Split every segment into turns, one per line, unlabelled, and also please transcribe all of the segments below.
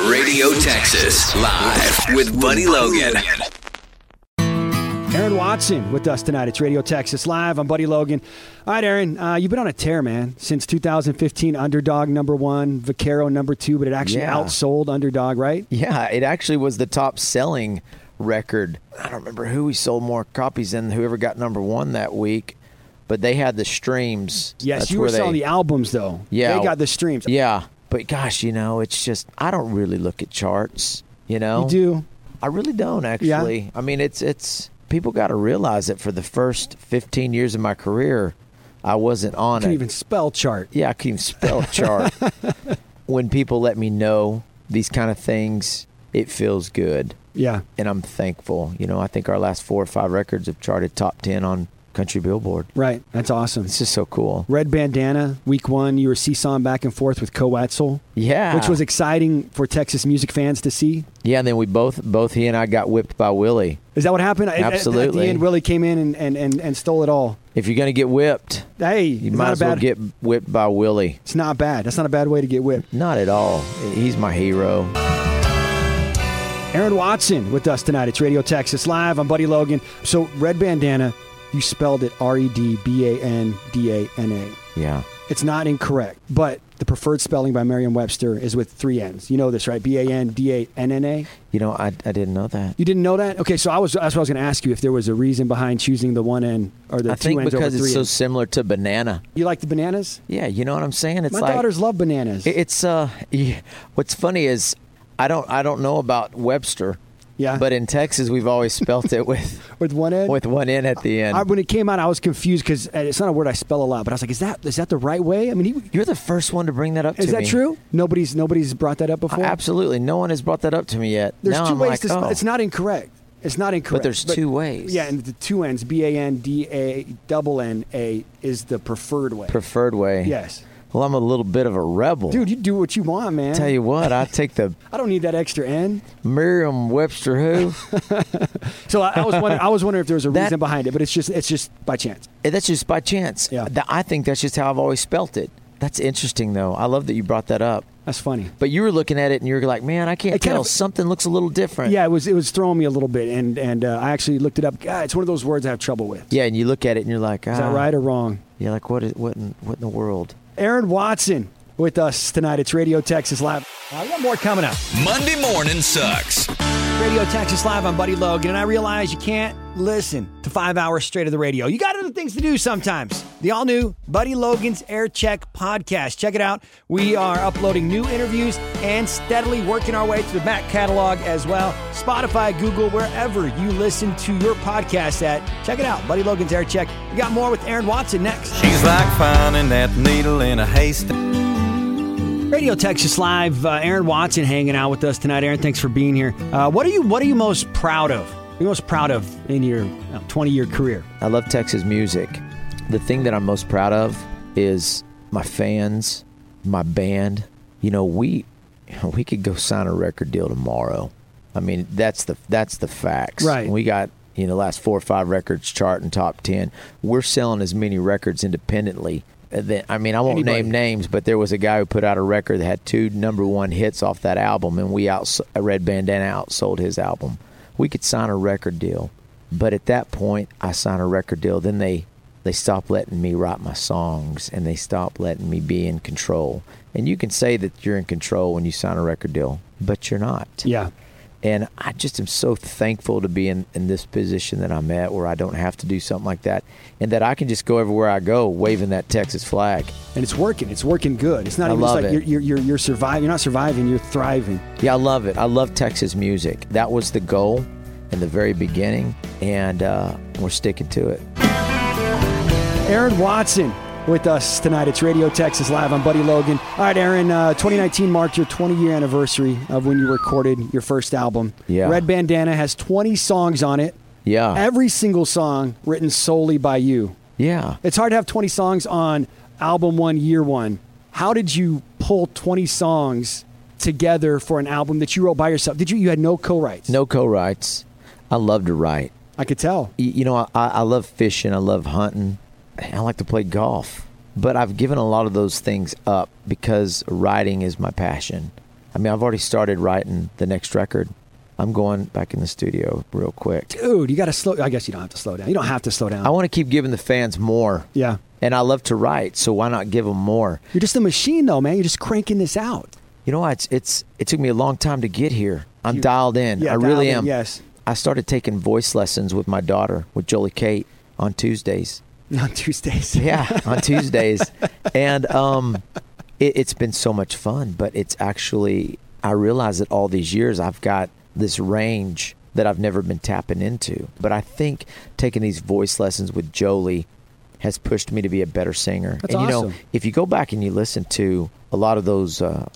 Radio Texas, live with Buddy Logan.
Aaron Watson with us tonight. It's Radio Texas Live. I'm Buddy Logan. All right, Aaron, uh, you've been on a tear, man, since 2015. Underdog number one, Vaquero number two, but it actually
Yeah.
outsold Underdog, right?
Yeah, it actually was the top selling record. I don't remember who we sold more copies than whoever got number one that week, but they had the streams.
Yes,
That's
you were
where they-
selling the albums, though.
Yeah.
They got the streams.
Yeah, but gosh, you know, it's just I don't really look at charts. You know,
You do.
I really don't actually. I mean, it's it's people got to realize that for the first 15 years of my career, I wasn't on
Can
it.
even spell chart.
Yeah, I can even spell chart. when people let me know these kind of things, it feels good.
Yeah.
And I'm thankful. You know, I think our last four or five records have charted top 10 on Country Billboard.
Right. That's awesome.
It's just so cool.
Red Bandana, week one, you were seesawing back and forth with Coetzel.
Yeah.
Which was exciting for Texas music fans to see.
Yeah, and then we both, both he and I got whipped by Willie.
Is that what happened? At- at- At,
Absolutely.
the end, Willie came in and, and, and, and stole it all.
If you're going to get whipped,
Hey,
you
it's
might
not
as
a bad,
well get whipped by Willie.
It's not bad. That's not a bad way to get whipped.
Not at all. He's my hero.
Aaron Watson with us tonight. It's Radio Texas Live. I'm Buddy Logan. So, Red Bandana, you spelled it R E D B A N D A N A.
Yeah.
It's not incorrect, but the preferred spelling by Merriam Webster is with three N's. You know this, right? B A N D A N N A.
You know, I, I didn't know that.
You didn't know that? Okay, so I was that's what I was going to ask you if there was a reason behind choosing the one N or the
I
two
think
N's
because
over
it's
three
so
N's.
similar to banana.
you like the bananas?
Yeah, you know what I'm saying? It's
My
like
daughters love bananas.
It- It's uh, yeah, what's funny is I don't I don't know about Webster.
Yeah.
But in Texas, we've always spelt it with
with one N?
with one n at the end.
I, when it came out, I was confused because it's not a word I spell a lot, but I was like, is that is that the right way? I mean, he,
You're the first one to bring that up.
Is
to
that
me.
true? Nobody's nobody's brought that up
I-
before.
absolutely, no one has brought that up to me yet.
There's
Now
two
I'm
ways
like,
to spell.
oh.
It's not incorrect. It's not incorrect.
there's two ways.
Yeah, and the two N's, B A N D A double N A, is the preferred way.
preferred way.
Yes.
Well, I'm a little bit of a rebel.
Dude, you do what you want, man.
tell you what, I take the
I don't need that extra N.
Merriam-Webster who.
So I, I was wondering. I was wondering if there was a
That-
reason behind it, but it's just it's just by chance.
And Eh, That's just by chance.
Yeah.
Th- I think that's just how I've always spelt it. That's interesting, though. I love that you brought that up.
That's funny.
But you were looking at it and you were like, man, I can't
It kind
tell.
of-
Something looks a little different.
Yeah, it was it was throwing me a little bit, and and uh, I actually looked it up. God, it's one of those words I have trouble with.
Yeah, and you look at it and you're like,
Is that right or wrong?
You're like, what, is, what, in, what in the world?
Aaron Watson with us tonight. It's Radio Texas Live. Uh, we got more coming up.
Monday morning sucks.
Radio Texas Live. I'm Buddy Logan, and I realize you can't listen to five hours straight of the radio. You got other things to do sometimes. The all new Buddy Logan's Air Check podcast. Check it out. We are uploading new interviews and steadily working our way to the back catalog as well. Spotify, Google, wherever you listen to your podcast at. Check it out, Buddy Logan's Air Check. We got more with Aaron Watson next.
She's like finding that needle in a haystack.
Radio Texas Live. Uh, Aaron Watson hanging out with us tonight. Aaron, thanks for being here. Uh, what are you What are you most proud of? What are you most proud of in your twenty year career?
I love Texas music. The thing that I'm most proud of is my fans, my band. You know, we we could go sign a record deal tomorrow. I mean, that's the that's the facts.
Right.
We got you know last four or five records chart and top ten. We're selling as many records independently. That, I mean, I won't
Anybody.
name names, but there was a guy who put out a record that had two number one hits off that album, and we out Red Bandana outsold his album. We could sign a record deal, but at that point, I signed a record deal. Then they they stopped letting me write my songs, and they stopped letting me be in control. And you can say that you're in control when you sign a record deal, but you're not.
Yeah,
And I just am so thankful to be in, in this position that I'm at where I don't have to do something like that and that I can just go everywhere I go waving that Texas flag.
and it's working. It's working good. It's not
I
even
love
just like
it.
You're, you're you're you're surviving. You're not surviving. You're thriving.
Yeah, I love it. I love Texas music. That was the goal in the very beginning, and uh, we're sticking to it.
Aaron Watson with us tonight. It's Radio Texas Live. I'm Buddy Logan. All right, Aaron. Uh, 2019 marked your 20 year anniversary of when you recorded your first album.
Yeah.
Red Bandana has 20 songs on it.
Yeah.
Every single song written solely by you.
yeah.
It's hard to have 20 songs on album one, year one. How did you pull 20 songs together for an album that you wrote by yourself? Did you? You had no co-writes.
No co writes. I love to write.
I could tell.
Y- You know, I, I love fishing, I love hunting, I like to play golf, but I've given a lot of those things up because writing is my passion. I mean, I've already started writing the next record. I'm going back in the studio real quick.
Dude, you got to slow. I guess you don't have to slow down. You don't have to slow down.
I want to keep giving the fans more.
yeah.
And I love to write, so why not give them more?
You're just a machine, though, man. You're just cranking this out.
You know, what? it's it's it took me a long time to get here. I'm dialed in.
yeah,
I really
dialed in,
am.
yes.
I started taking voice lessons with my daughter, with Jolie Kate, on Tuesdays.
On Tuesdays.
Yeah, on Tuesdays, and um, it, it's been so much fun. But it's actually I realize that all these years I've got this range that I've never been tapping into. But I think taking these voice lessons with Jolie has pushed me to be a better singer.
That's
and you know,
awesome.
if you go back and you listen to a lot of those uh,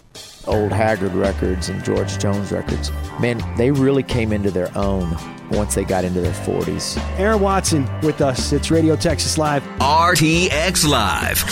old Haggard records and George Jones records, man, they really came into their own once they got into their 40s.
Aaron Watson with us. It's Radio Texas Live.
RTX Live.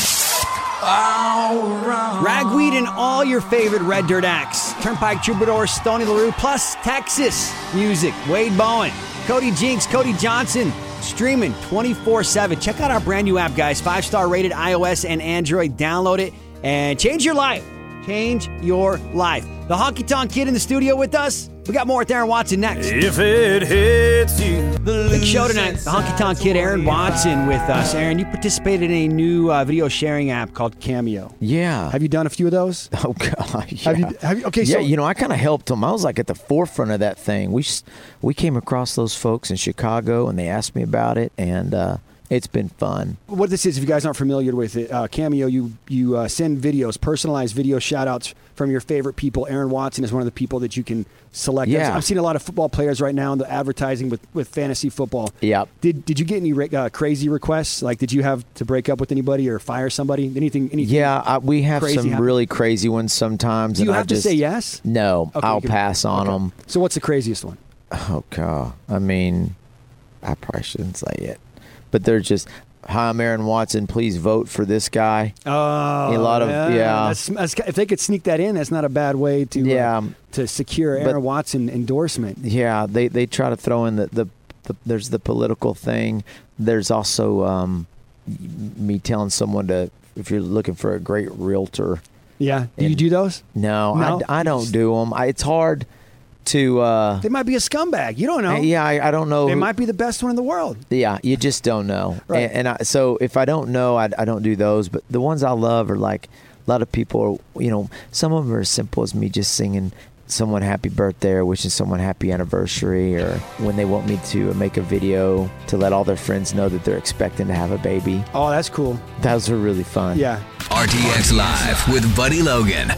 Ragweed and all your favorite Red Dirt acts. Turnpike Troubadour, Stony LaRue, plus Texas music. Wade Bowen, Cody Jinks, Cody Johnson, streaming 24 7. Check out our brand new app, guys. Five star rated iOS and Android. Download it and change your life. Change your life. The Honky Tonk Kid in the studio with us. We got more with Aaron Watson next.
If it hits you, the
Big show tonight. The Honky Tonk Kid, Aaron Watson, with us. Aaron, you participated in a new uh, video sharing app called Cameo.
Yeah.
Have you done a few of those?
Oh God! Yeah.
Have you- have you- okay,
Yeah,
so-
you know, I kind of helped them. I was like at the forefront of that thing. We s- we came across those folks in Chicago, and they asked me about it, and uh, it's been fun.
what this is, if you guys aren't familiar with it, uh, Cameo, you you uh, send videos, personalized video shout outs from your favorite people. Aaron Watson is one of the people that you can select. I've-
Yeah.
I've seen a lot of football players right now in the advertising with, with fantasy football.
Yep.
Did did you get any re- uh, crazy requests? Like, did you have to break up with anybody or fire somebody? Anything? anything
Yeah, I, we have
Crazy
some
happen-
really crazy ones sometimes.
Do you
and I
have to
just-
say yes?
No,
Okay,
I'll
you can-
pass on them.
So, what's the craziest one?
Oh God! I mean, I probably shouldn't say it, but they're just, "Hi, I'm Aaron Watson. Please vote for this guy."
Oh,
A lot of- yeah.
That's, that's, if they could sneak that in, that's not a bad way to uh,
Yeah.
to secure
But-
Aaron Watson endorsement.
yeah they they try to throw in the, the, the there's the political thing there's also um me telling someone to if you're looking for a great realtor
Yeah. Do you
And-
do those?
no,
No?
I, I don't do them I, it's hard to uh
They might be a scumbag. You don't know.
yeah I, I don't know
They
who-
might be the best one in the world.
yeah you just don't know
Right.
and, and I, so if i don't know I, I don't do those but the ones i love are like a lot of people are you know some of them are as simple as me just singing someone happy birthday or wishing someone happy anniversary or when they want me to make a video to let all their friends know that they're expecting to have a baby
Oh, that's cool.
those are really fun
Yeah.
RTX Live with Buddy Logan.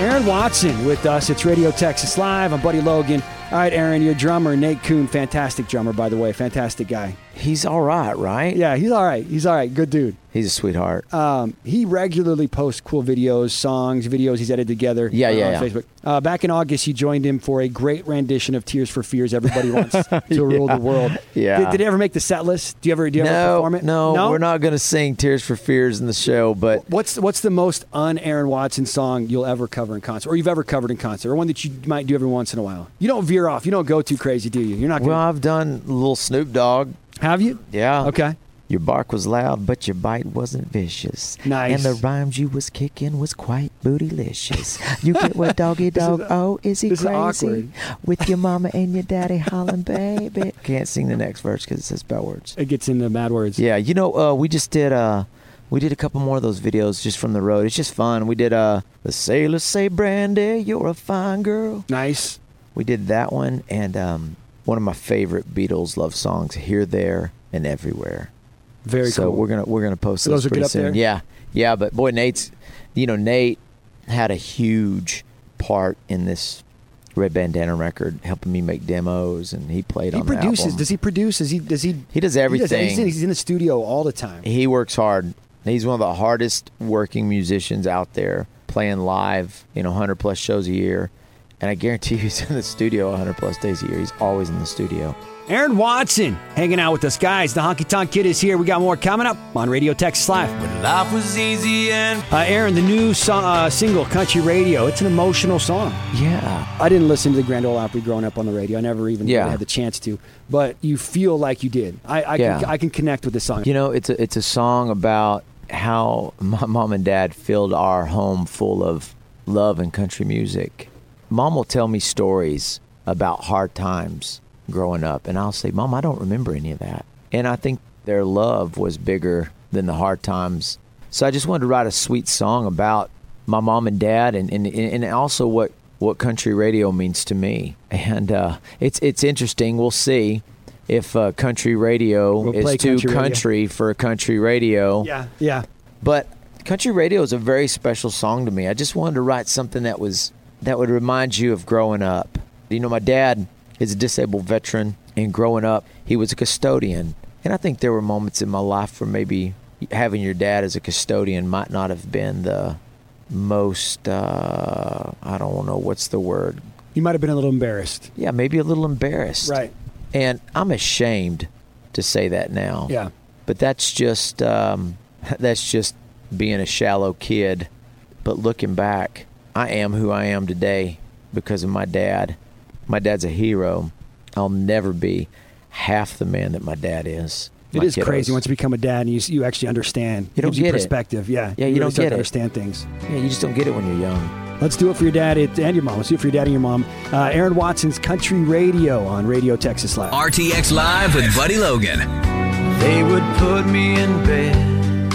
Aaron Watson with us. It's Radio Texas Live. I'm Buddy Logan. All right, Aaron, your drummer, Nate Kuhn, fantastic drummer, by the way. Fantastic guy.
he's all right right
Yeah, he's all right. He's all right. Good dude.
he's a sweetheart
Um, he regularly posts cool videos, songs, videos he's edited together.
Yeah,
uh,
yeah,
on
yeah.
Facebook. Uh, back in August, you joined him for a great rendition of "Tears for Fears." Everybody wants to rule the world.
Yeah.
Did, did it ever make the set list? Do you ever do you ever
no,
perform it?
no we're not gonna sing tears for fears in the show but
What's what's the most un Aaron Watson song you'll ever cover in concert, or you've ever covered in concert, or one that you might do every once in a while? You don't veer off. You don't go too crazy, do you? You're not. Gonna,
well uh, i've done little snoop dogg
have you?
yeah
Okay.
Your bark was loud, but your bite wasn't vicious.
Nice.
And the rhymes you was kicking was quite bootylicious. You get what doggy dog? oh, is he
this is awkward.
crazy? With your mama and your daddy hollering, baby. Can't sing the next verse because it says bad words.
It gets into mad words.
Yeah, you know, uh, we just did uh, we did a couple more of those videos just from the road. It's just fun. We did uh, the sailors say, Brandy, you're a fine girl.
Nice.
We did that one and um, one of my favorite Beatles love songs, Here, There, and Everywhere
Very
so
cool.
we're gonna we're gonna post
So those
those,
will get
pretty
up
soon.
there?
Yeah, yeah. But boy, Nate's, you know, Nate had a huge part in this Red Bandana record, helping me make demos, and he played
he
on. the
produces.
album.
Does he produce? Is he? Does he?
He does everything.
he's, in, he's in the studio all the time.
He works hard. He's one of the hardest working musicians out there, playing live, you know, hundred plus shows a year. And I guarantee you he's in the studio 100 plus days a year. He's always in the studio.
Aaron Watson hanging out with us, guys. The Honky Tonk Kid is here. We got more coming up on Radio Texas Live.
Life was easy and
Uh, Aaron, the new so- uh, single "Country Radio." It's an emotional song.
Yeah.
I didn't listen to the Grand Ole Opry growing up on the radio. I never even
Yeah.
had the chance to. But you feel like you did. I, I,
Yeah.
can, I can connect with this song.
You know, it's a, it's a song about how my mom and dad filled our home full of love and country music. Mom will tell me stories about hard times growing up, and I'll say, Mom, I don't remember any of that. And I think their love was bigger than the hard times. So I just wanted to write a sweet song about my mom and dad and, and, and also what, what country radio means to me. And uh, it's, it's interesting. We'll see if uh, country radio
We'll play
is too
country radio.
country for country radio.
Yeah, yeah.
But country radio is a very special song to me. I just wanted to write something that was that would remind you of growing up. You know, my dad is a disabled veteran, and growing up, he was a custodian. And I think there were moments in my life where maybe having your dad as a custodian might not have been the most uh, I don't know what's the word
You might have been a little embarrassed.
yeah, maybe a little embarrassed.
Right.
And I'm ashamed to say that now.
Yeah.
But that's just um, that's just being a shallow kid. But looking back, I am who I am today because of my dad. My dad's a hero. I'll never be half the man that my dad is.
It
My
is crazy
kiddos.
once you become a dad and you, you actually understand.
You don't
gives you
get it.
perspective. Yeah.
Yeah, you
really
don't
start
get
to
it.
understand things.
Yeah, you just don't get it when you're young.
Let's do it for your dad it- and your mom. Let's do it for your dad and your mom. Uh, Aaron Watson's Country Radio on Radio Texas Live.
RTX Live with Buddy Logan.
They would put me in bed